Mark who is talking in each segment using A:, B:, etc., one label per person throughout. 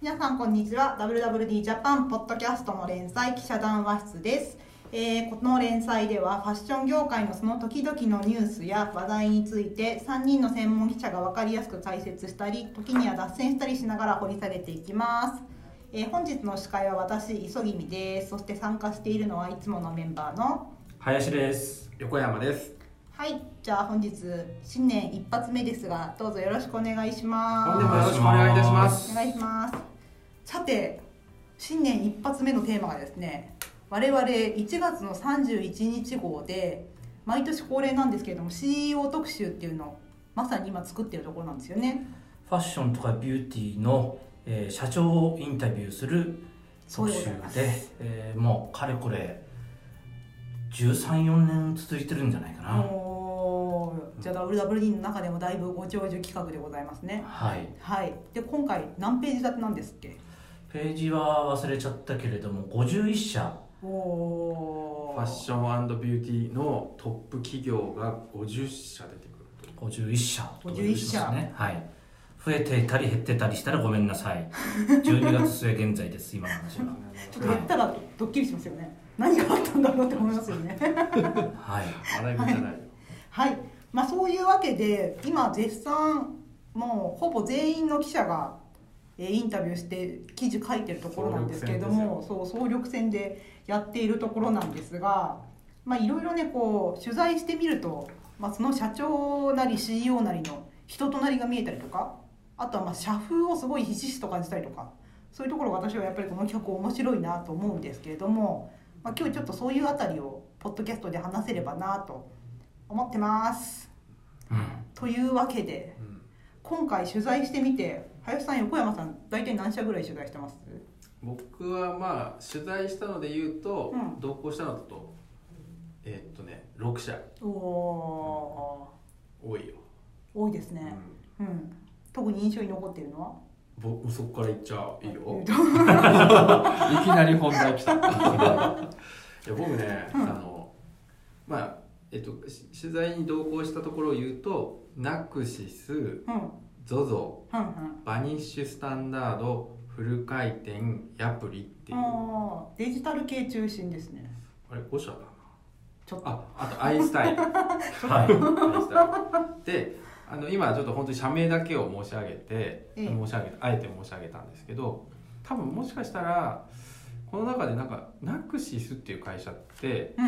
A: 皆さんこんにちは WWD ジャパンポッドキャストの連載記者談話室です、えーこの連載ではファッション業界のその時々のニュースや話題について3人の専門記者が分かりやすく解説したり時には脱線したりしながら掘り下げていきます、えー本日の司会は私磯君ですそして参加しているのはいつものメンバーの
B: 林です
C: 横山です。
A: はいじゃあ本日新年一発目ですがどうぞよろしくお願いします
C: 本年もよろしくお願いいたしま
A: お
C: す。
A: 願いしますさて新年一発目のテーマがですね我々1月の31日号で毎年恒例なんですけれども CEO 特集っていうのをまさに今作ってるところなんですよね
B: ファッションとかビューティーの、えー社長をインタビューする
A: そう
B: 特
A: でご
B: 集
A: ざいます
B: でえーもうかれこれ134年続いてるんじゃないかな、
A: おーじゃあ WWD の中でもだいぶご長寿企画でございますね
B: はい
A: はいで今回何ページ立てなんですっけ
B: ページは忘れちゃったけれども51社
A: おお
C: ファッションビューティーのトップ企業が50社出てくるという。
B: 51社ということ
A: 51社
B: ですねはい増えていたり減ってたりしたらごめんなさい12月末現在です今の話は
A: ちょっとやったらドッキリしますよね何があったんだろうって思いますよね
B: はい
C: 笑い事じゃないよ。
A: はい、まあ、そういうわけで今絶賛もうほぼ全員の記者が、えーインタビューして記事書いてるところなんですけれどもそう総力戦でやっているところなんですがまあいろいろねこう取材してみると、まあ、その社長なり CEO なりの人となりが見えたりとかあとはまあ社風をすごいひしひしと感じたりとかそういうところが私はやっぱりこの企画面白いなと思うんですけれども、まあ、今日ちょっとそういうあたりをポッドキャストで話せればなと思ってます。
B: うん
A: というわけで
C: うん
A: 今回取材してみて林さん横山さん大体何社ぐらい取材してます
C: 僕はまあ取材したので言うと、
A: うん
C: 同行したのだとえーっとね6社
A: おお
C: 多いよ。
A: ー多いです
C: う
A: ね、
C: ん
A: うん特に印象に残っているのは
C: ぼそこからいっちゃい いよ。
A: う
C: いきなり本 題来た。いや僕ね、あのまあえっとし取材に同行したところを言うと、ナクシス、
A: んうん
C: ZOZO
A: うん
C: バニッシュスタンダードフル回転ヤプリっていうあ
A: あーデジタル系中心ですね
C: れ5社だな
A: ちょっと
C: ああとアインシュタインアイン
B: はい
C: シュタイ ンであの今ちょっと本当に社名だけを申し上げて、
A: ええ
C: 申し上げあえて申し上げたんですけど多分もしかしたらこの中でなんかナクシスっていう会社って
A: うん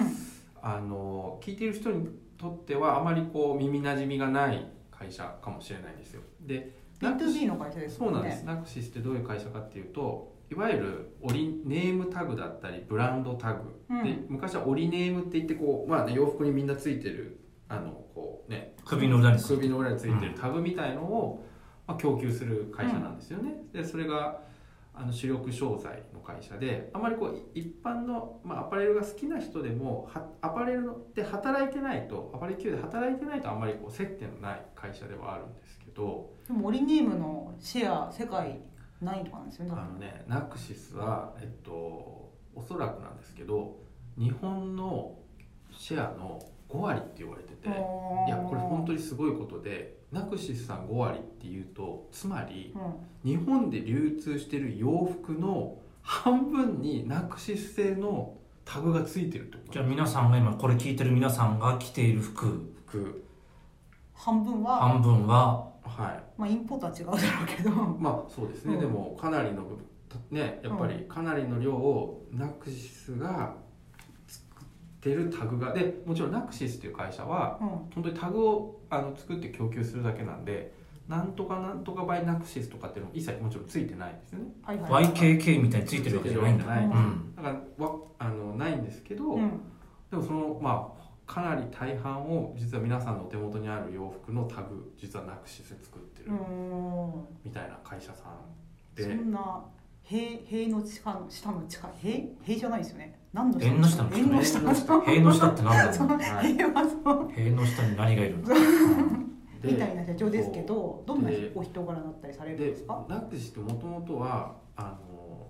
C: あの聞いている人にとってはあまりこう耳なじみがない会社かもしれないんですよでナクシ
A: B2B の会社です
C: そ
A: も
C: うなんん
A: ね
C: です、ナクシスってどういう会社かっていうといわゆるオリネームタグだったりブランドタグ、
A: うん
C: で昔はオリネームって言ってこう、まあね、洋服にみんなついてるあのこう、ね、
B: 首の裏に
C: 首の裏についてるタグみたいのを、まあ、供給する会社なんですよね、でそれがあの主力商材の会社であまりこうい一般の、まあ、アパレルが好きな人でもはアパレルで働いてないとアパレル級で働いてないとあんまりこう接点のない会社ではあるんですけど、
A: でもオリネームのシェア世界ないとかなんですよね多
C: あ
A: 分
C: のねナクシスはえっとおそらくなんですけど日本のシェアの5割って言われてていやこれ本当にすごいことでナクシスさん5割っていうとつまり
A: 当うん
C: 日本で流通してる洋服の半分にナクシス製のタグがついてるってこと
B: じゃあ皆さんが今これ聞いてる皆さんが着ている服
C: 服
A: 半分は
B: 半分は
C: はい
A: まあインポートは違うだろうけど
C: まあそうですね、
A: うん
C: でもかなりの部分ねやっぱりかなりの量をナクシスが作ってるタグがでもちろんナクシスという会社は
A: うん
C: 本当にタグをあの作って供給するだけなんでなんとかなんとかバイナクシスとかっていうのも一切もちろんついてないんですよね
A: はいはい
B: YKK みたいについてるわけじゃないんだ
C: ついて
A: わ
C: るわ
A: けじ
C: け
A: ゃ
C: じゃ
A: な
C: ないい、だからわあのないんですけど、
A: うん
C: でもそのまあかなり大半を実は皆さんのお手元にある洋服のタグ実はナクシスで作って
A: う
C: る
A: ーん
C: みたいな会社さんで、
A: そんな塀塀の地下の下の地下塀塀じゃないですよね。何の
B: 縁の下の地下
A: 縁の下の下
B: 塀の下ってなんだ
A: そ
B: ろ
A: の
C: はい
A: 塀はそう
B: う塀の下に何がいる のか
C: で
A: みたいな社長ですけど、どんな
C: で
A: お人柄だったりされるん
C: で
A: ですか。
C: ナクシってもともとはあの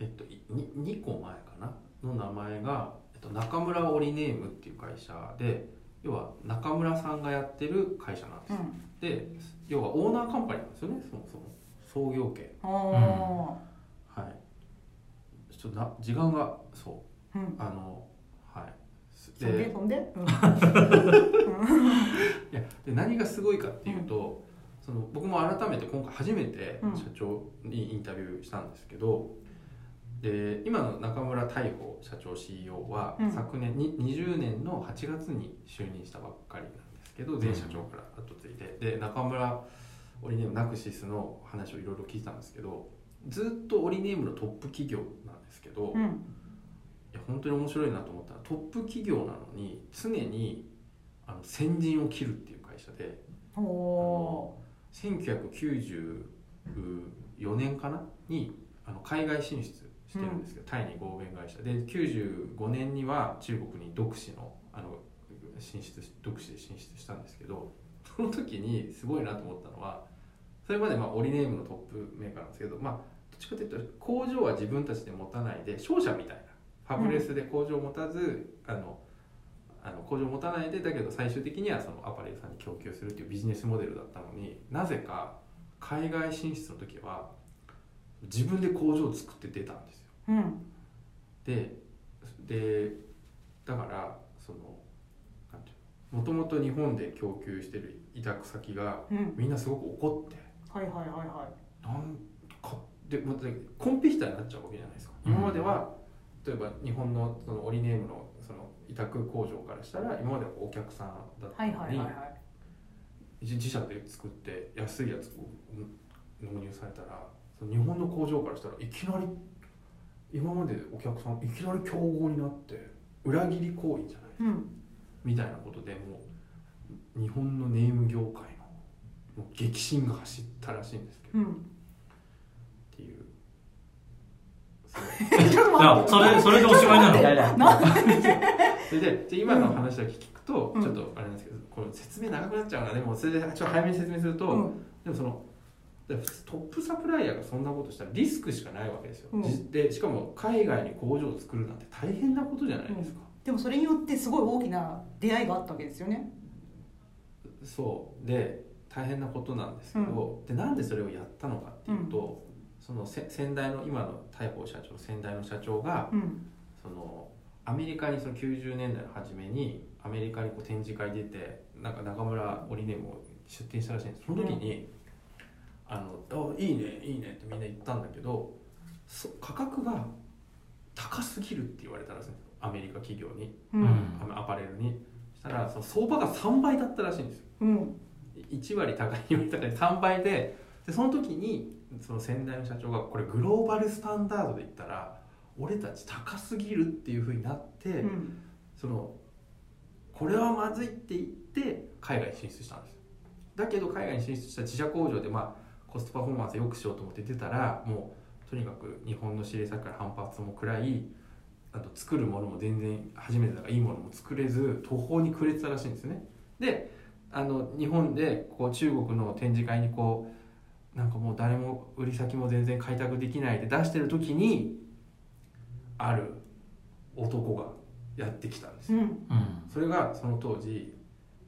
C: えっといに2個前かなの名前が、えっと、中村オリネームっていう会社で要は中村さんがやってる会社なんです
A: う
C: よ、
A: ん。
C: で要はオーナーカンパニーなんですよねそもそも創業系
A: ああ
C: はいちょっとな時間がそう
A: うん、
C: あのはいす
A: そんで
C: で
A: そんで、うん、
C: いやで何がすごいかっていうと、その僕も改めて今回初めて
A: うん
C: 社長にインタビューしたんですけど、で今の中村大保社長 CEO は、
A: うん
C: 昨年に20年の8月に就任したばっかりなんですけど前社長から後継いでで中村オリネームナクシスの話をいろいろ聞いたんですけどずっとオリネームのトップ企業なんですけど、
A: うん、
C: いや本当に面白いなと思ったのはトップ企業なのに常にあの先陣を切るっていう会社で
A: おお
C: 1994年かなにあの海外進出してるんですけど、タイに合弁会社で95年には中国に独自のあの進出し独自で進出したんですけどその時にすごいなと思ったのはそれまでまあオリネームのトップメーカーなんですけど、まあ、どっちかというと工場は自分たちで持たないで商社みたいなファブレスで工場を持たず、あのあの工場を持たないでだけど最終的にはそのアパレルさんに供給するっていうビジネスモデルだったのになぜか海外進出の時は自分で工場を作って出たんですよ。
A: ーうん
C: ででだからそのなんていうのもともと日本で供給してる委託先が
A: うん
C: みんなすごく怒って
A: はいはいはいは
C: なんかでまたコンペヒターになっちゃうわけじゃないですか、
B: うん
C: 今までは例えば日本のそのオリネームのその委託工場からしたら今まではお客さんだった
A: いは
C: の
A: い
C: に、
A: はいはいはい
C: 自自社で作って安いやつを納入されたらその日本の工場からしたらいきなり今までお客さんいきなり競合になって裏切り行為じゃない
A: うん
C: みたいなことでもう日本のネーム業界のもう激震が走ったらしいんですけど、
A: うん
C: っていう。そう
A: ちょっと
B: いや
A: 待
B: それそれでおしまいなの
D: いやいや
A: って
C: そ れでじゃあ今の話だけ聞くと、
A: うん
C: ちょっとあれなんですけどこの説明長くなっちゃうからでもそれでちょっと早めに説明すると、
A: うん
C: でもそのだから普通トップサプライヤーがそんなことしたらリスクしかないわけですよ、
A: うん
C: じでしかも海外に工場を作るなんて大変なことじゃないですか、
A: でもそれによってすごい大きな出会いがあったわけですよね
C: そうで大変なことなんですけど、でなんでそれをやったのかっていうと、そのせ先代の今の大宝社長先代の社長が
A: うん
C: そのアメリカにその90年代の初めにアメリカにこう展示会出てなんか中村織音も出展したらしいんですその時に「あのあいいねいいね」ってみんな言ったんだけどそ価格が高すぎるって言われたらしいんですよアメリカ企業に
A: うん
C: アアパレルにしたらその相場が3倍だったらしいんですよ
A: うん
C: 1割高い2割高い3倍ででその時にその先代の社長がこれグローバルスタンダードで言ったら俺たち高すぎるっていうふうになって、
A: うん
C: そのこれはまずいって言って海外に進出したんですよだけど海外に進出した自社工場で、まあ、コストパフォーマンス良くしようと思って出たらもうとにかく日本の指令先から反発も食らいあと作るものも全然初めてだからいいものも作れず途方に暮れてたらしいんですよねであの日本でこう中国の展示会にこうなんかもう誰も売り先も全然開拓できないで出してる時にある男がやってきたんですよ
A: うん
B: うん
C: それがその当時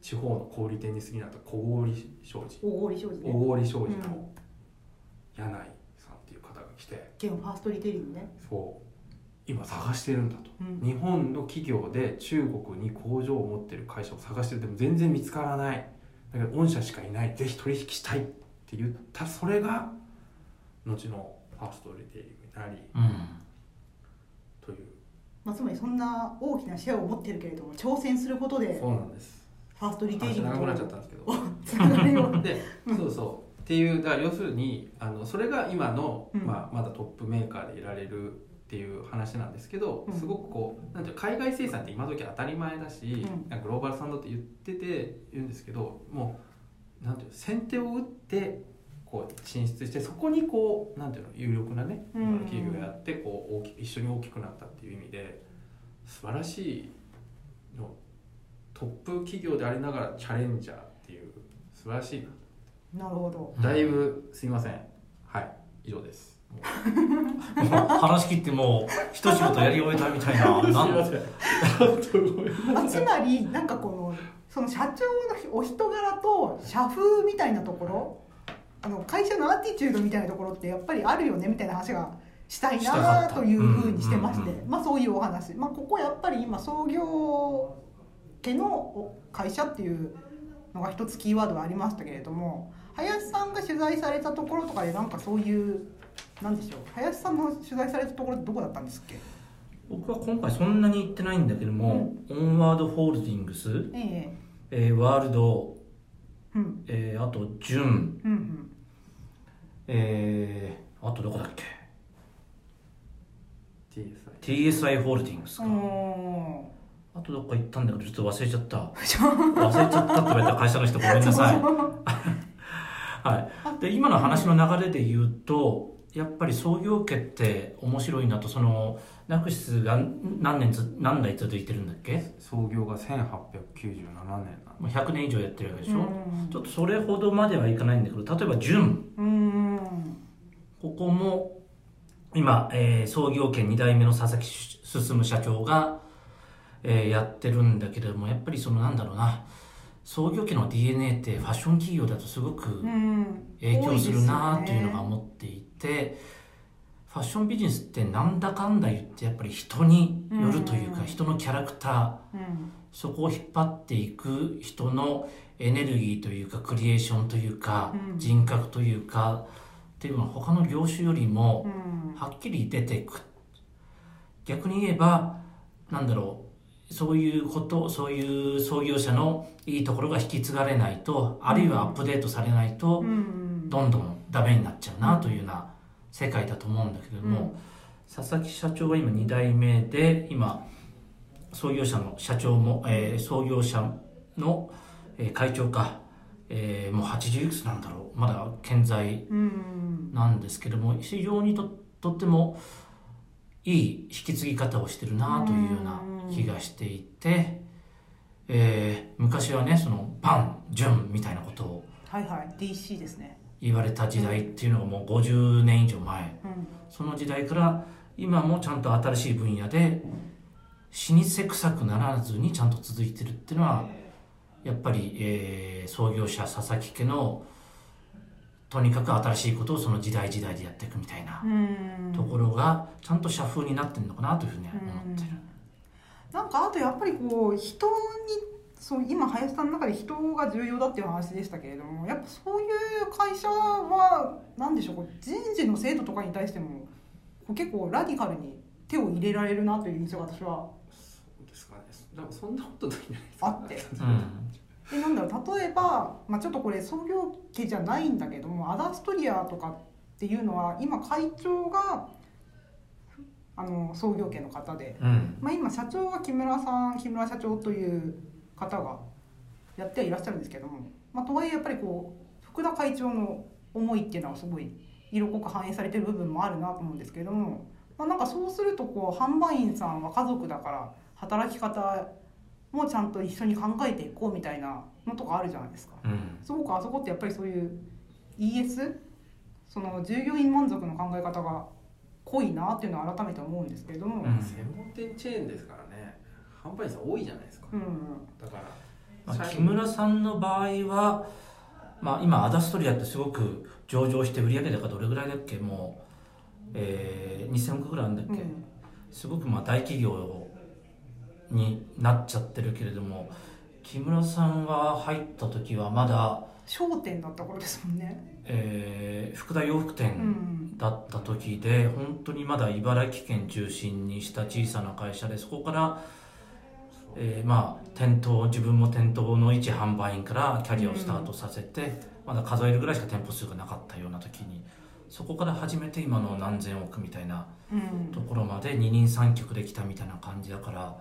C: 地方の小売店に過ぎなかった小郡商事
A: 大堀商事ね
C: 大郡商事
A: う
C: の柳井さんっていう方が来て、
A: 現ファーストリテイリングね
C: そう今探してるんだと
A: うん
C: 日本の企業で中国に工場を持ってる会社を探してるでも全然見つからないだけど御社しかいないぜひ取引したいって言ったそれが後のファーストリテイリングになり
B: うん
C: という
A: まあつまりそんな大きなシェアを持ってるけれども挑戦することで
C: そうなんです
A: ファーストリテイリ
C: 話
A: ング
C: 長くなっちゃっ
A: と
C: たんですけど
A: つながるよ
C: で、そうそうっていうだから要するにあのそれが今の、
A: うん
C: まあ、まだトップメーカーでいられるっていう話なんですけど、
A: うん
C: すごくこうなんていうか海外生産って今時当たり前だし、
A: うん
C: なんかグローバルサンドって言ってて言うんですけどもうなんていうの先手を打ってこう進出してそこにこうなんていうの有力なね
A: うん
C: 今の企業がやってこう大き一緒に大きくなったっていう意味で素晴らしいのトップ企業でありながらチャレンジャーっていう素晴ら しいな
A: なるほど
C: だいぶすいません。はい、以上です。
B: 話切ってもう一仕事やり終えたみたいな
C: すい
B: な
C: ま
B: ん
C: せん。本当ごめんな
A: あつまりなんかこのその社長のお人柄と社風みたいなところあの会社のアティチュードみたいなところってやっぱりあるよねみたいな話がしたい
B: したか
A: な
B: った
A: というふうにしてまして、
B: うんうんうん
A: まあ、そういうお話、まあ、ここやっぱり今創業家のお会社っていうのが一つキーワードがありましたけれども林さんが取材されたところとかでなんかそういうなんでしょう林さんの取材されたところってどこだったんですっけ
B: 僕は今回そんなに行ってないんだけども、オンワードホールディングス、
A: ええ
B: えーワールド、
A: うん
B: えーあとジュン、
A: うんうん
B: えーあとどこだっけ
C: TSI
B: TSI ホールディングスか、
A: お
B: あとどっか行ったんだけどちょっと忘れちゃった忘れちゃったって言われたら会社の人ごめん なさいはい、で今の話の流れで言うとやっぱり創業家って面白いなとそのナクシスが何年ず何代続いてるんだっけ
C: 創業が1897年なんで
B: もう100年以上やってるわけで
A: ー
B: しょ、ちょっとそれほどまではいかないんだけど例えば純
A: うんうん
B: ここも今、えー創業権2代目の佐々木進社長が、えーやってるんだけれどもやっぱりそのなんだろうな創業家の DNA ってファッション企業だとすごく、
A: うん
B: 影響するなというのが
A: 多
B: 思っていてファッションビジネスってなんだかんだ言ってやっぱり人によるというか、
A: うん
B: 人のキャラクター
A: いですよね
B: そこを引っ張っていく人のエネルギーというかクリエーションというか、
A: うん
B: 人格というかっていうのは他の業種よりも
A: うんうん
B: はっきり出てく逆に言えばなんだろうそういうことそういう創業者のいいところが引き継がれないとあるいはアップデートされないと、
A: うん
B: どんどんダメになっちゃうなというような世界だと思うんだけれども、佐々木社長は今2代目で今創業者の社長も、えー創業者の、えー会長か、えーもう80いくつなんだろうまだ健在
A: うん
B: なんですけども非常にととってもいい引き継ぎ方をしてるなというような気がしていて、えー昔はねそのパンジュンみたいなことを
A: はいはい DC ですね
B: 言われた時代っていうのがもう50年以上前
A: うん
B: その時代から今もちゃんと新しい分野で老舗臭くならずにちゃんと続いてるっていうのはやっぱり、えー創業者佐々木家のとにかく新しいことをその時代時代でやっていくみたいな
A: うん
B: ところがちゃんと社風になってるのかなというふうに思ってる。
A: なんかあとやっぱりこう人にそう今林さんの中で人が重要だっていう話でしたけれどもやっぱそういう会社は何でしょうこう人事の制度とかに対してもこう結構ラディカルに手を入れられるなという印象が私は
C: すかねでもそんなことないんじゃないですか
A: あって
B: うん
A: えなんだろう例えば、まあ、ちょっとこれ創業家じゃないんだけどもアダストリアとかっていうのは今会長があの創業家の方で、
B: うん
A: まあ、今社長は木村さん木村社長という方がやってはいらっしゃるんですけども、まあ、とはいえやっぱりこう福田会長の思いっていうのはすごい色濃く反映されてる部分もあるなと思うんですけれども、まあ、なんかそうするとこう販売員さんは家族だから働き方もちゃんと一緒に考えていこうみたいなのとかあるじゃないですか。
B: うん
A: すごくあそこってやっぱりそういう ES その従業員満足の考え方が濃いなっていうのは改めて思うんですけれども、
B: うん
C: 専門店チェーンですからね販売員さん多いじゃないですか、
A: うん
C: だから、
B: まあ、
C: 最
B: 木
C: 近
B: 村さんの場合は、まあ、今アダストリアってすごく上場して売上高どれぐらいだっけもう、えー、2000億ぐらいあるんだっけ、
A: うん
B: すごくまあ大企業になっちゃってるけれども木村さんが入った時はまだ、
A: 商店だった頃ですもんね。
B: えー福田洋服
A: う
B: 店
A: ん。
B: だった時で、本当にまだ茨城県中心にした小さな会社でそこからえーまあ店頭自分も店頭の一販売員からキャリアをスタートさせて、まだ数えるぐらいしか店舗数がなかったような時にそこから始めて今の何千億みたいな
A: うん
B: ところまで二人三脚できたみたいな感じだから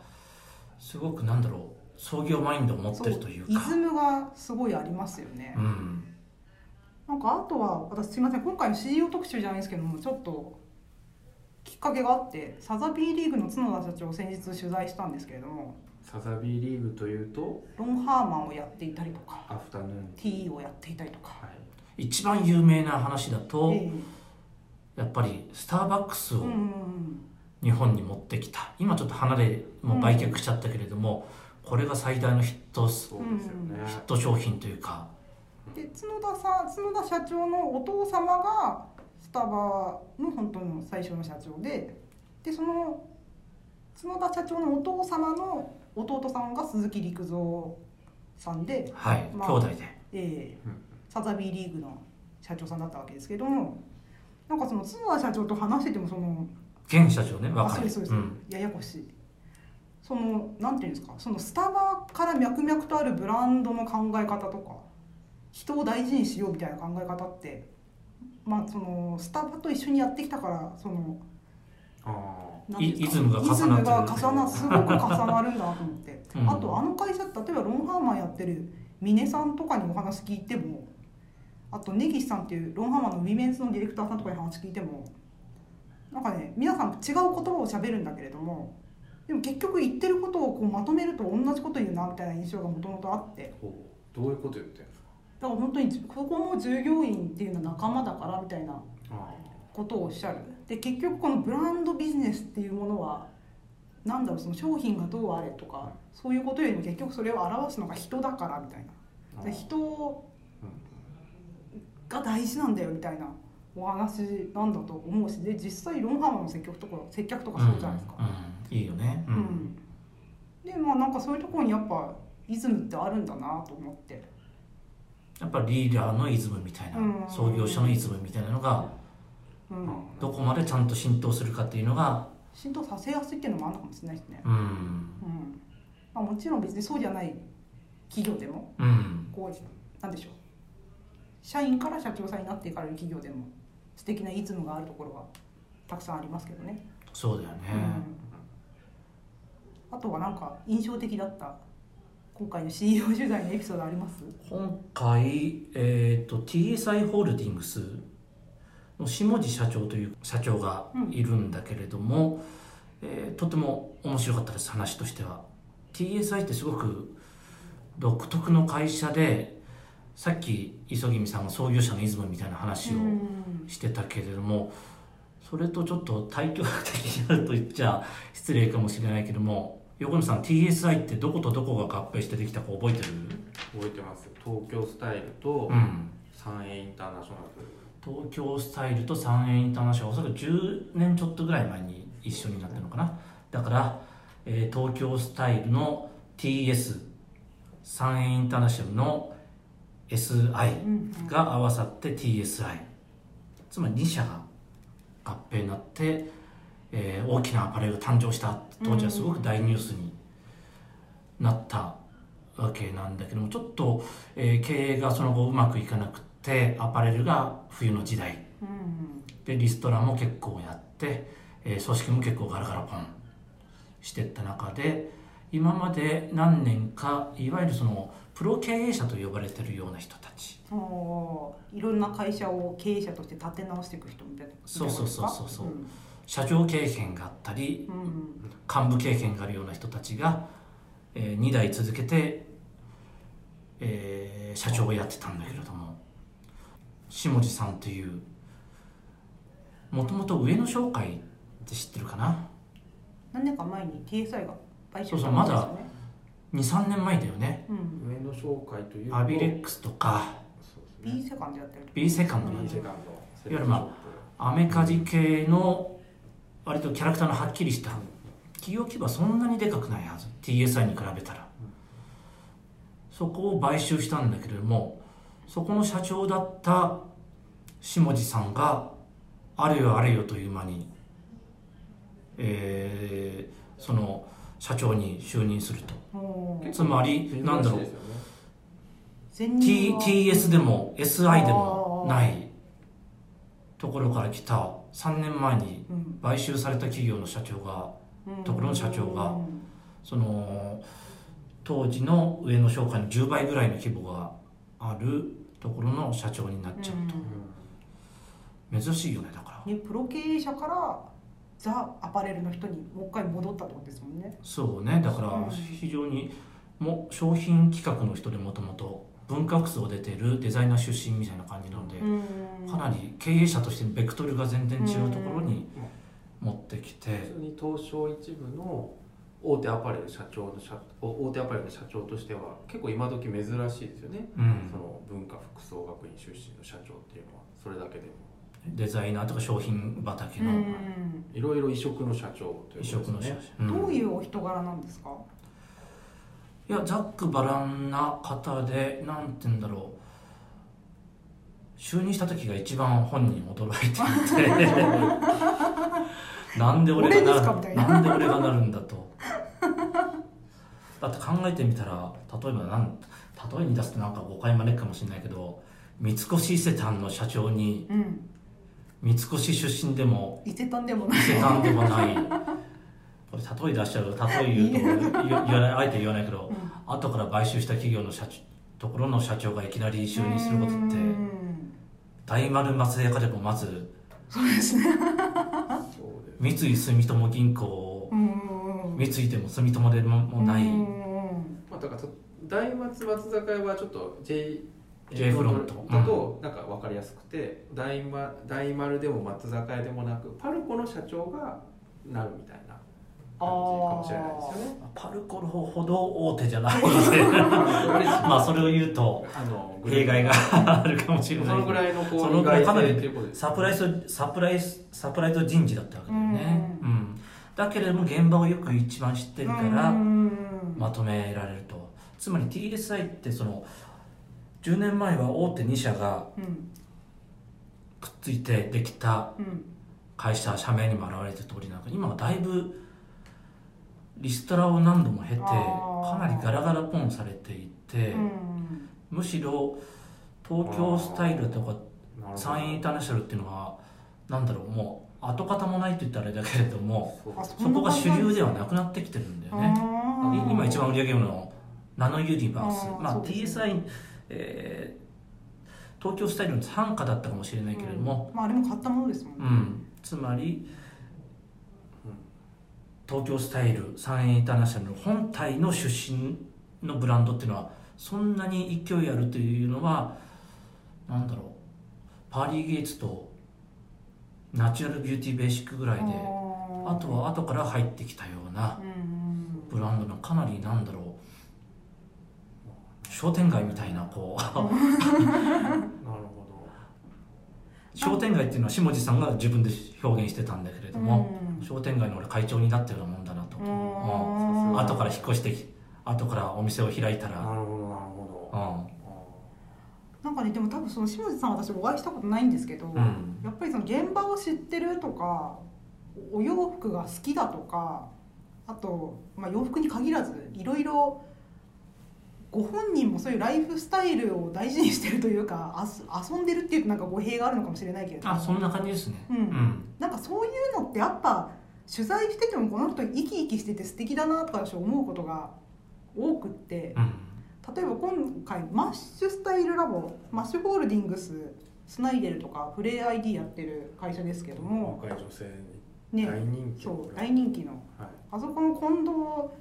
B: すごくなんだろう創業マインドを持ってるという
A: イ
B: か
A: ズムがすごいありますよね。
B: うん
A: なんかあとは私すいません今回の CEO 特集じゃないですけどもちょっときっかけがあってサザビーリーグの角田社長を先日取材したんですけれども
C: サザビーリーグというと
A: ロンハーマンをやっていたりとか
C: アフタヌーン
A: TE をやっていたりとか。
C: はい
B: 一番有名な話だと
A: え
B: やっぱりスターバックス
A: え
B: を
A: うんうんうん
B: 日本に持ってきた今ちょっと離れもう売却しちゃったけれども、これが最大のヒットス
C: そうですよね、
B: ヒット商品というか
A: で角田さん角田社長のお父様がスタバの本当の最初の社長ででその角田社長のお父様の弟さんが鈴木陸蔵さんで、
B: はい、
A: まあ
B: 兄弟で
A: え
C: うん
A: ー、サザビーリーグの社長さんだったわけですけどもなんかその角田社長と話しててもその
B: 現社長ね
A: あ
B: 若
A: そう
B: い
A: ですそうです、
B: ん
A: ややこしいそのなんていうんですかそのスタバから脈々とあるブランドの考え方とか人を大事にしようみたいな考え方ってまあそのスタバと一緒にやってきたからその
C: あ
A: なんていうんですか
B: イズムが重なってる
A: イズムが重なすごく重なるんだなと思って、
B: うん
A: あとあの会社例えばロンハーマンやってる峰さんとかにお話聞いてもあと根岸さんっていうロンハーマンのウィメンズのディレクターさんとかに話聞いてもなんかね皆さん違う言葉を喋るんだけれどもでも結局言ってることをこうまとめると同じこと言うなみたいな印象がもともとあって
C: ーほうどういうこと言ってるんですか
A: だから本当にここも従業員っていうのは仲間だからみたいな
C: あ
A: ことをおっしゃるで結局このブランドビジネスっていうものはなんだろうその商品がどうあれとかそういうことよりも結局それを表すのが人だからみたい
C: ーあ
A: なで
C: ー
A: 人が大事なんだよみたいなお話なんだと思うしで実際ロンハーマンの接客とか接客とかそうじゃないですか。
B: うんうんいいよね、う
A: うんんでまあなんかそういうところにやっぱイズムってあるんだなと思って
B: やっぱリーダーのイズムみたいな、
A: うん
B: 創業者のイズムみたいなのが
A: うん
C: うん
B: どこまでちゃんと浸透するかっていうのが
A: 浸透させやすいっていうのもあるのかもしれないですね。
B: うん
A: うんまあ、もちろん別にそうじゃない企業でも
B: うん
A: こうなんでしょう社員から社長さんになっていかれる企業でも素敵なイズムがあるところがたくさんありますけどね、
B: そうだよね、
A: うん、あとはなんか印象的だった今回の CEO 取材のエピソードあります
B: 今回、えー、と TSI ホールディングスの下地社長という社長がいるんだけれども、えーとても面白かったです話としては TSI ってすごく独特の会社でさっき磯君さんが創業者のイズムみたいな話
A: う
B: を
A: ん
B: してたけれどもそれとちょっと対極的になると言っちゃ失礼かもしれないけども横野さん TSI ってどことどこが合併してできたか覚えてる
C: 覚えてます東京スタイルと
B: うん
C: 三栄インターナショナ
B: 東京スタイルと三円インターナショナルおそらく10年ちょっとぐらい前に一緒になったのかなだから、えー東京スタイルの TS 三円インターナショナルの SI
A: うん
B: が合わさって TSI つまり2社が合併になって、えー大きなアパレルが誕生した当時はすごく大ニュースになったわけなんだけどもちょっと、えー経営がその後うまくいかなくてアパレルが冬の時代
A: うん
B: でリストラも結構やって、えー組織も結構ガラガラポンしてった中で今まで何年かいわゆるそのプロ経営者と呼ばれてるような人たち
A: あーいろんな会社を経営者として立て直していく人みたいな
B: そうそうそうそうそう
A: うん
B: 社長経験があったり
A: うん
B: 幹部経験があるような人たちが、え2代続けて、えー社長をやってたんだけれども下地さんというもともと上野商会って知ってるかな
A: 何年か前に TSI が買収
B: そうそう
A: んですよね
B: 23年前だよね
A: うん、
C: ル上野商会というと
B: アビレックスとか
C: そうで
A: B
C: すね
A: セカンドやってる
B: B セカンドなんで
C: B
B: す
C: セ
B: よ
C: カンド
B: いわゆるまあアメカジ系の割とキャラクターのはっきりした企業規模はそんなにでかくないはず TSI に比べたらそこを買収したんだけれどもそこの社長だった下地さんがあれよあれよという間に、えーその社長に就任すると
A: おー
B: つまり
C: 珍しい
B: なんだろう
C: ですよね
A: 前任
B: T
A: は
B: TS でも SI でもないところから来た3年前に
A: うん
B: 買収された企業の社長が
A: うん
B: ところの社長が
A: うん
B: その当時の上野商会の10倍ぐらいの規模があるところの社長になっちゃうと、珍しいよねだから
A: ね、プロ経営者からザ・アパレルの人にもう一回戻ったってことですもんね。
B: そうねだから
A: うん
B: 非常にも商品企画の人でもともと文化服装出てるデザイナー出身みたいな感じなので、かなり経営者としてのベクトルが全然違うところに持ってきて、
C: 普通に東証一部の大手アパレル社長の社大手アパレルの社長としては結構今時珍しいですよね、
B: うん
C: その文化服装学院出身の社長っていうのはそれだけでも
B: デザイナーとか商品畑
A: う
B: の
A: ん
C: いろいろ異色の社長という
B: 移
C: こと
B: 植の
C: です
B: 写
C: ね
B: 真、
A: どう
B: い
A: いうお人柄なんですか、
B: やざっくばらんな方でなんて言うんだろう就任した時が一番本人驚 いていてなんで俺が
A: 俺ですかみ
B: な
A: た
B: る
A: いな
B: なんで俺がなるんだとだって考えてみたら例えばなん例えに出すとなんか誤解招くかもしれないけど三越伊勢丹の社長に
A: うん、
B: 三越出身でも
A: 伊勢丹でもない
B: 伊勢丹でもないこれ例え出しちゃう例え言うと言わ言わないあえて言わないけど、
A: うん
B: 後から買収した企業の社長ところの社長がいきなり就任することっ
A: う
B: て
A: ん
B: 大丸松坂でもまず
A: そうですね
C: そうです
B: 三井住友銀行
A: うん
B: 三井でも住友でももうない、
A: うん
C: まあ、だからそ大松松坂屋はちょっと J
B: J フロント
C: だとなんか分かりやすくて、大丸大丸でも松坂屋でもなくパルコの社長がなるみたいな感じかもしれないですよね。
B: パルコの方ほど大手じゃな いのでまあそれを言うと
C: あの
B: 弊害があるかもし
C: そ
B: れない
C: のぐらいのこ
B: そうの
C: 意
B: ぐらい
C: 外
B: かなり
C: 性っていうことです
B: サプライズサプライズサプライズ人事だったわけだよね、
A: う
B: うんだけれども現場をよく一番知ってるから、
A: うん
B: まとめられるとつまり TSI ってその10年前は大手2社が
A: うん
B: くっついてできた
A: うん
B: 会社社名にも表れてる通りなんか今はだいぶリストラを何度も経て
A: あー
B: かなりガラガラポンされていて、
A: うん
B: むしろ東京スタイルとか
C: なるほど
B: サインインターナショナルっていうのはなんだろうもう跡形もないって言ったらあれだけれども
C: そう
A: あそ
B: そこが主流ではなくなってきてるんだよね。
A: あー
B: 今一番売り上げるのナノユニバース
A: あー
B: まあ
A: そうですね
B: TSI、えー東京スタイルの傘下だったかもしれないけれども、
A: うんまああれも買ったものですもん
B: う
A: ね
B: んつまり、東京スタイル三栄インターナショナルの本体の出身のブランドっていうのはそんなに勢いあるというのはなんだろうパーリー・ゲイツとナチュラル・ビューティー・ベーシックぐらいで
A: あ
B: あとは後から入ってきたような
A: うんうん
B: ブランドのかなりなんだろう商店街みたいなこう
C: なるほ
B: 商店街っていうのは下地さんが自分で表現してたんだけれども、
A: うん
B: 商店街の俺会長になったようなもんだなと、
A: うん
C: うん
B: 後から引っ越してき後からお店を開いた
C: ど
B: ら、
C: なるほどなるほ
B: う
C: ど
B: ん
A: なんかねでも多分その下地さん私お会いしたことないんですけど、
B: うん
A: やっぱりその現場を知ってるとかお洋服が好きだとかあと、まあ、洋服に限らずいろいろご本人もそういうライフスタイルを大事にしてるというかあす遊んでるっていうとなんか語弊があるのかもしれないけれど
B: あそんな感じですね
A: うんなんかそういうのってやっぱ取材しててもこの人生き生きしてて素敵だなとか私思うことが多くって。
B: うん
A: 例えば今回マッシュスタイルラボマッシュホールディングススナイデルとかフレイ ID やってる会社ですけども
C: 若い女性に
A: ね
C: 大人気
A: そう
C: はい
A: 大人気のあそこの近藤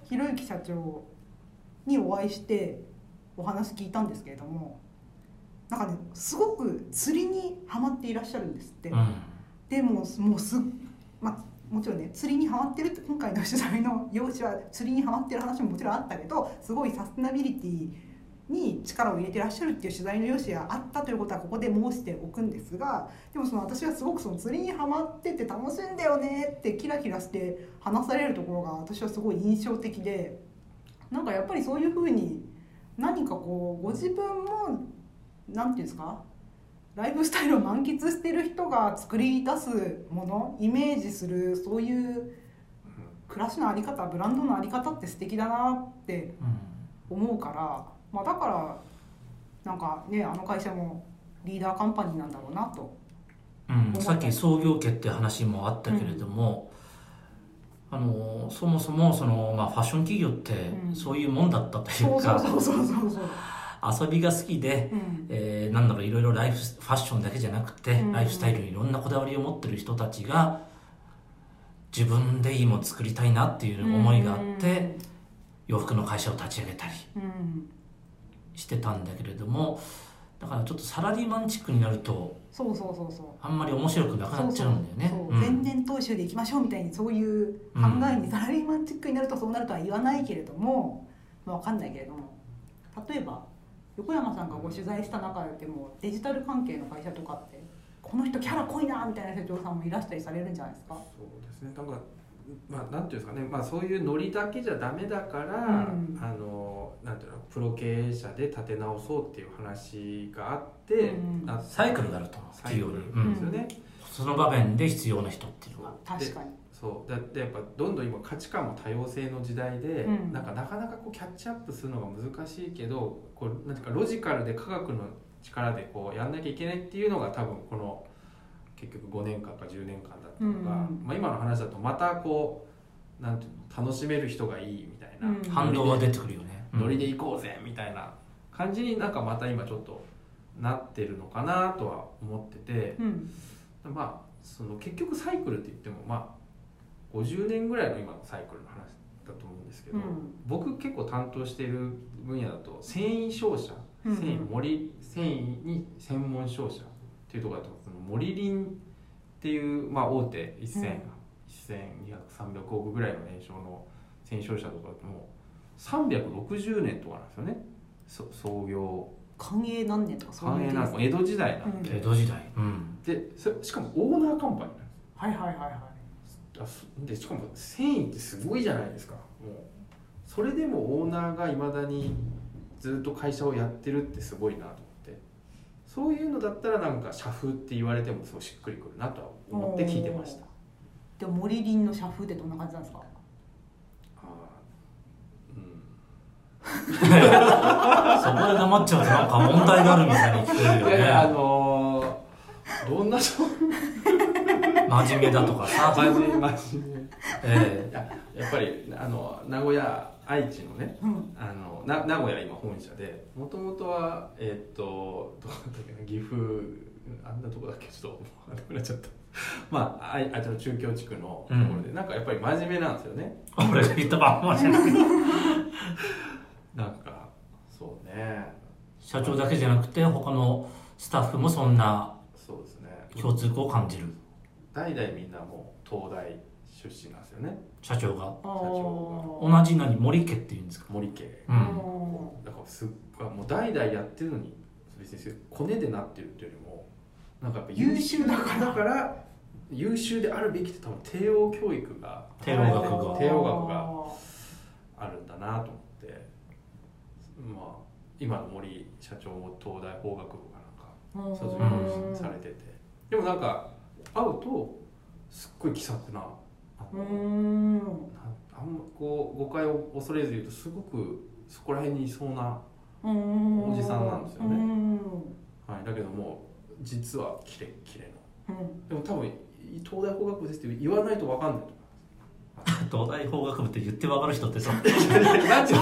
A: 博之社長にお会いしてお話聞いたんですけれどもなんかねすごく釣りにハマっていらっしゃるんですって、
B: うん
A: でもうもうすっまあもちろんね釣りにハマってるって今回の取材の用紙は釣りにハマってる話ももちろんあったけどすごいサステナビリティに力を入れてらっしゃるっていう取材の用紙があったということはここで申しておくんですがでもその私はすごくその釣りにハマってて楽しいんだよねってキラキラして話されるところが私はすごい印象的でなんかやっぱりそういうふうに何かこうご自分もなんていうんですかライフスタイルを満喫してる人が作り出すものイメージするそういう暮らしの在り方ブランドの在り方って素敵だなって思うから、まあ、だからなんかねあの会社もリーダーカンパニーなんだろうなと。
B: うんうん、さっき創業家って話もあったけれども、あのそもそもその、まあ、ファッション企業って
A: うん
B: そういうもんだったとい
A: そううそう
B: か、
A: そうそうそうそう。
B: 遊びが好きで
A: うん
B: えーなんだろういろいろライフスファッションだけじゃなくて、
A: うん
B: ライフスタイルにいろんなこだわりを持ってる人たちが自分でいいもの作りたいなっていう 思いがあって、洋服の会社を立ち上げたり
A: うん
B: してたんだけれどもだからちょっとサラリーマンチックになると
A: そうそうそうそう
B: あんまり面白くなくなっちゃうんだよね
A: そう
B: うん
A: 前年踏襲でいきましょうみたいにそういう考えにサラリーマンチックになるとそうなるとは言わないけれども、まあ、分かんないけれども例えば横山さんがご取材した中でもデジタル関係の会社とかってこの人キャラ濃いなみたいな社長さんもいらしたりされるんじゃないですか。
C: そうですね。だからまあなんていうんですかね、まあそういうノリだけじゃダメだから、
A: うん
C: あのなんていうのプロ経営者で立て直そうっていう話があって、
A: うん
C: あ
B: サイクルがあると思う
C: サイ
B: 企
C: ク
B: 業
C: ル
B: に、
A: ん
B: うん
C: ですよね。
B: その場面で必要な人っていうのが
A: 確かに
C: そうだってやっぱどんどん今価値観も多様性の時代で、
A: うん
C: なんかなかなかこうキャッチアップするのが難しいけどこうなんていうかロジカルで科学の力でこうやんなきゃいけないっていうのが多分この結局5年間か10年間だったのが、
A: うん
C: まあ、今の話だとまたこうなんていうの楽しめる人がいいみたいな、
A: うん
B: 反動が出てくるよね、うん
C: ノリで行こうぜみたいな感じになんかまた今ちょっとなってるのかなとは思ってて。
A: うん
C: まあその結局サイクルって言ってもまあ50年ぐらいの今のサイクルの話だと思うんですけど、
A: うん
C: 僕結構担当している分野だと繊維商社、
A: うん
C: 繊維森繊維に専門商社っていうところだとその森林っていう、まあ、大手1000、
A: うん
C: 1200300億ぐらいの年商の繊維商社とかだともう360年とかなんですよねそ創業
A: 寛永何年とかそう
C: 繁
A: い
C: 栄
A: う
C: なん
A: ケ
C: か
A: ース
C: 江戸時代なん
B: 江
C: で,、
B: 戸時代、うん
C: でそしかもオーナーカンパニーなんです
A: はいはいはいはい
C: あそでしかも繊維ってすごいじゃないですかもうそれでもオーナーがいまだにずっと会社をやってるってすごいなと思ってそういうのだったらなんか社風って言われてもすごいしっくりくるなとは思って聞いてました
A: でも森林の社風ってどんな感じなんですか
C: あーうん
B: そこで黙っちゃうとなんか問題があるみたいに聞こえるよ
C: いやいやあ
B: ね
C: のーどんな商品
B: 真面目だとかさ、
C: マジマジで
B: え
C: いややっぱりあの名古屋愛知のね
A: うん
C: あのな名古屋今本社でもともとはえーっとどこだったっけな岐阜あんなとこだっけちょっと分かんなくなっちゃったまああいあっちの中京地区のところで、なんかやっぱり真面目なんですよね
B: ー俺が言ったばっかりじゃない
C: なんかそうね
B: 社長だけじゃなくて他のスタッフもそんな
C: そうですね
B: 共通項を感じる
C: 代々みんなもう東大出身なんですよね
B: 社長が
A: 社
C: 長
B: 同じ何森家っていうんですか
C: 森家
B: うん
C: だからすっごいもう代々やってるのに別にコネでなってるっていうよりもなんかやっぱ優秀だからだから優秀であるべきって多分帝王教育が
B: 帝王学が
C: 帝王学があるんだなと思ってまあ今の森社長も東大法学部かなんか卒業されててでもなんか会うとすっごい気さくなあ
A: う
C: の
A: んうん
C: なんあんまこう誤解を恐れず言うとすごくそこら辺にいそうな
A: お
C: おじさんなんですよね
A: うん
C: はい、だけどもう実はキレッキレの
A: うん
C: でも多分東大法学部ですって言わないと分かんないと
B: 東大法学部って言ってわかる人ってそ
A: そ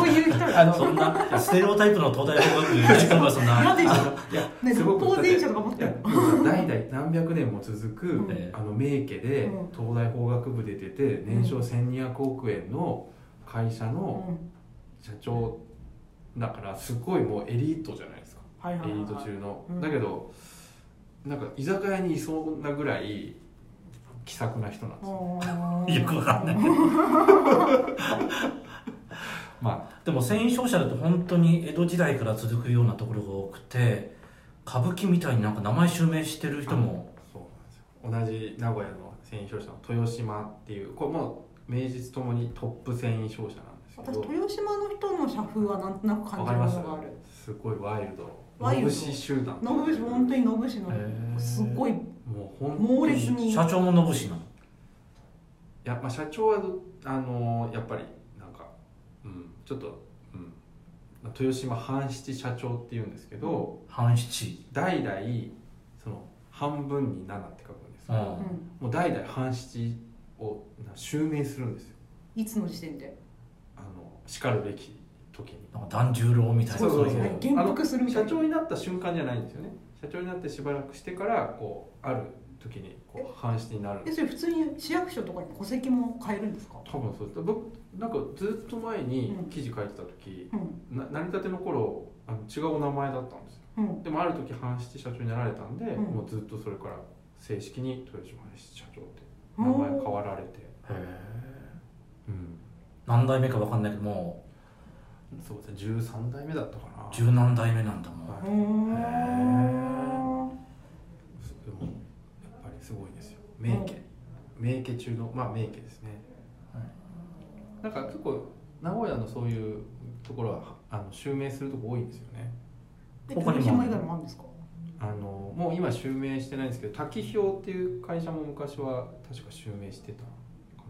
A: ういう人
C: あ
A: だ
C: の
B: そんなステレオタイプの東大法学部言う人がそんな
A: 嫌でしょ
C: いや
A: ね
C: すごく
A: 六法全書とか持っ
C: い
A: て
C: や
A: る
C: でも代々何百年も続く、
A: うん
C: あの名家で
A: うん
C: 東大法学部で出て年商1200億円の会社
A: う
C: の
A: ん
C: 社長だからすごいもうエリートじゃないですか
A: はいはい
C: エ
A: はい
C: リート中の、
A: うん
C: だけどなんか居酒屋にいそうなぐらい気さくな人なんですよ、
A: うん
B: よくわかんない
C: まあ
B: でも繊維商社だと本当に江戸時代から続くようなところが多くて歌舞伎みたいになんか名前襲名してる人も
C: そうなんですよ同じ名古屋の繊維商社の豊島っていうこれもう名実ともにトップ繊維商社なんですけ
A: 私
C: ど
A: 豊島の人の社風はなんとなく感
C: わ
A: じる
C: かり
A: も
C: ま
A: のがある
C: すすごいワイルド
A: ワイルド
C: 野節集団
A: 信氏本当に信氏
B: へ
A: の
B: ー
A: すごい
C: もう本当に
A: 猛烈に
B: 社長も信氏なの
C: いや、まあ、社長はどあのーやっぱりなんか、うん、ちょっと、うん、豊島半七社長っていうんですけど、
B: 半七
C: 代々その半分に7って書くんですけ
B: う
C: ど、
A: うんん
C: もう代々半七をな襲名するんですよ
A: いつの時点で
C: あのしかるべき時に。
B: なんか團十郎みたいな
C: そうそうそう
B: い
A: はい元服するみたい
C: 社
A: な
C: 長になった瞬間じゃないんですよね社長になってしばらくしてからこうある時にこう半身になる
A: えそれ普通に市役所とかに戸籍も変えるんですか
C: 多分そうです僕なんかずっと前に
A: うん
C: 記事書いてた時、
A: うん
C: な成り立ての頃あの違うお名前だったんですよ
A: ううん
C: でもある時阪七社長になられたんで、
A: うん
C: もうずっとそれから正式に豊島阪七社長って名前変わられて、うん、
B: 何代目か分かんないけども
C: そうですね13代目だったかな
B: う十何代目なんだもん、
C: は
A: へ
C: い
A: ー
C: すでもやっぱりすごいですよ名家名家中のまあ名家ですね、
B: はい
C: なんか結構名古屋のそういうところはあの襲名するとこ多いんですよね
A: え
B: 他にも
A: 広島以外もあるんですか
C: あのもう今襲名してないんですけど滝氷っていう会社も昔は確か襲名してたか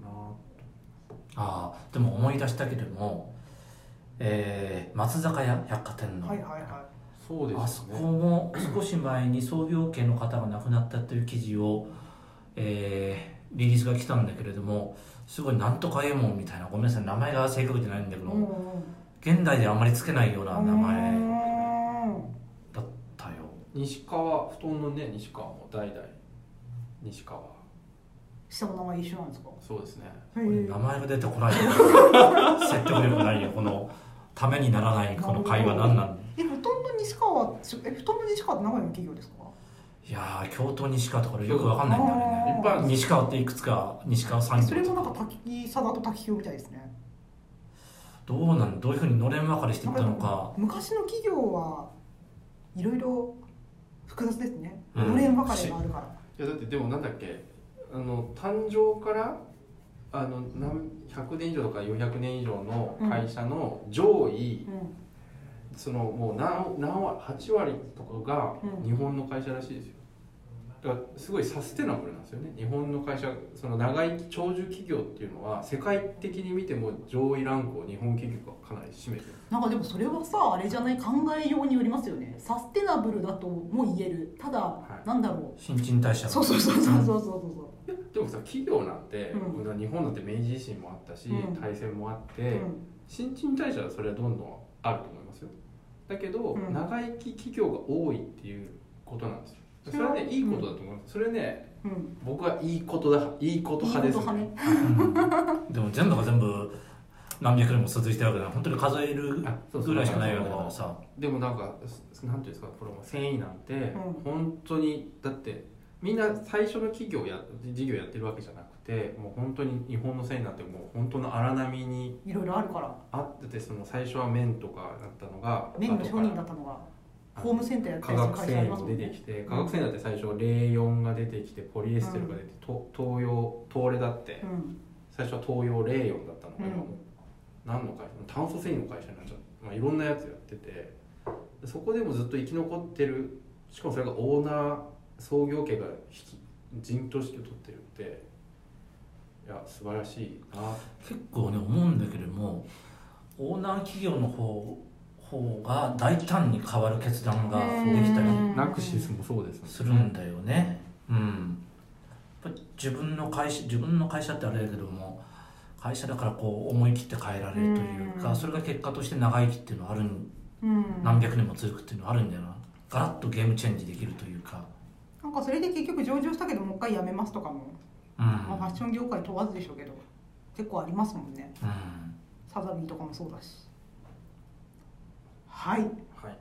C: な
B: ああでも思い出したけども、えー松坂屋百貨店の、
A: はいはいは
C: そうで
B: あ
C: す
B: そ
C: ね
B: こも少し前に創業家の方が亡くなったという記事を、えーリリースが来たんだけれどもすごいなんとかえもんみたいなごめんなさい名前が正確じゃないんだけ
A: い
B: ど、
A: うん
B: 現代ではあまりつけないような
A: うん
B: 名前
A: う
B: だったよ
C: 西川布団のね西川も代々西川
A: ん下の名前一緒なんですか
C: そうですね
A: へ
B: これ
A: ー
B: 名前が出てこないよ 説得力ないよこのためにならないこの会話何なん
A: え布団の西川はえ布団の西川って名古屋の企業ですか
B: いやー京都西川とかよくわかんないんだよね
A: あー
C: いっぱいあるんです
B: 西川っていくつか西川産
A: えそれ
B: 業
A: も
B: と
A: なん
B: か
A: か滝貞と滝清みたいですね
B: どうなんどういうふうにのれん分かれしていったのか
A: 昔の企業はいろいろ複雑ですね
B: うん
A: のれん分かれがあるから、
C: いやだってでもなんだっけあの誕生からあの何100年以上とか400年以上の会社の上位、
A: うん
C: そのもう何何割8割とかが
A: うん
C: 日本の会社らしいですよだからすごいサステナブルなんですよね日本の会社その長生き長寿企業っていうのは世界的に見ても上位ランクを日本企業がかなり占めてる
A: なんかでもそれはさあれじゃない考えようによりますよねサステナブルだとも言えるただ、
C: はい
A: なんだろ
B: 新陳代謝
A: う
B: が
A: そうそうそうそうそうそうそ
C: いやでもさ企業なんて、
A: う
C: 日本なんて明治維新もあったし、
A: うん
C: 大戦もあって、
A: う、うん
C: 新陳代謝はそれはどんどんあると思いますよだけど、
A: うん
C: 長生き企業が多いっていうことなんですよそ
A: そ
C: れ
A: れは
C: はねいいことだと思います、それね
A: うん、
C: 僕はいいことだいいこと派です、ね、
A: いいこ
B: うんでも全部が全部何百年も続いてるわけだから本当に数える
C: あそうそ
B: ぐ
C: う
B: らいしかないわけだからさ
C: でもなんかすなんていうんですかこれも繊維なんて、
A: ん
C: 本当にだってみんな最初の企業や事業やってるわけじゃなくてもう本当に日本の繊維なんてもう本当の荒波に
A: いろいろあるから
C: あっててその最初は綿とかだったのが
A: メインの商人だ
C: 後
A: ったのが
C: から
A: ホームセンターやった
C: 化
A: りする
C: 学
A: 会社あ
C: 繊
A: り
C: 維
A: ますも
C: も出
A: ん
C: て
A: ね
C: きて化学繊維だって最初レーヨンが出てきてポリエステルが出て、と東洋東レだって
A: うん
C: 最初は東洋レーヨンだったのが
A: うん
C: 今もう何の会社炭素繊維の会社になっちゃって、まあ、いろんなやつやっててそこでもずっと生き残ってるしかもそれがオーナー創業家が引き陣頭指揮を取ってるっていや素晴らしいな
B: 結構ね思うんだけれどもオーナー企業の方方が大胆に変わる決断ができたり
A: うん
C: ナクシスもそうですね
B: するんだよねうんやっぱり自分の会社自分の会社ってあれだけども会社だからこう思い切って変えられるという
A: う
B: か
A: ん
B: それが結果として長生きっていうのはあるん
A: うん、
B: 何百年も続くっていうのはあるんだよなガラッとゲームチェンジできるというか
A: なんかそれで結局上場したけどもう一回やめますとかも、
B: うん、
A: まあ、ファッション業界問わずでしょうけど結構ありますもんね
B: うん
A: サザビーとかもそうだしはい
C: はい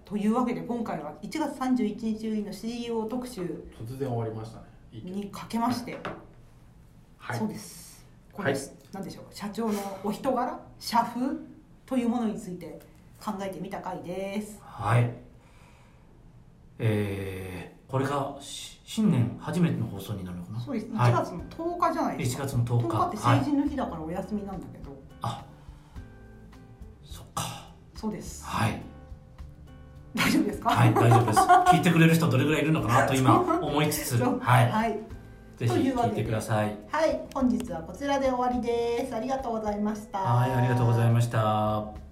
A: というわけで今回は1月31日よりの CEO 特集
C: 突然終わりましたねいいけど
A: にかけまして、
C: はい
A: そうですこれ、
C: はい
A: なんでしょう社長のお人柄社風というものについて考えてみた回です
B: はい。えー、これがし新年初めての放送になるのかな。
A: そうです
B: はい
A: 1月の10日じゃないです
B: 1
A: か、
B: 月の
A: 10
B: 10日。
A: 日って
B: は
A: 成
B: い。
A: 人の日だからお休みなんだけど、
B: あ、そっか。
A: そうです
B: はい。
A: 大丈夫ですか
B: はい、大丈夫です。聞いてくれる人どれぐらいいるのかなと今思いつ つ、
A: そう
B: は
A: はい
B: い。ぜひ聞いてください。
A: はい、本日はこちらで終わりです。ありがとうございました。
B: はい、ありがとうございました。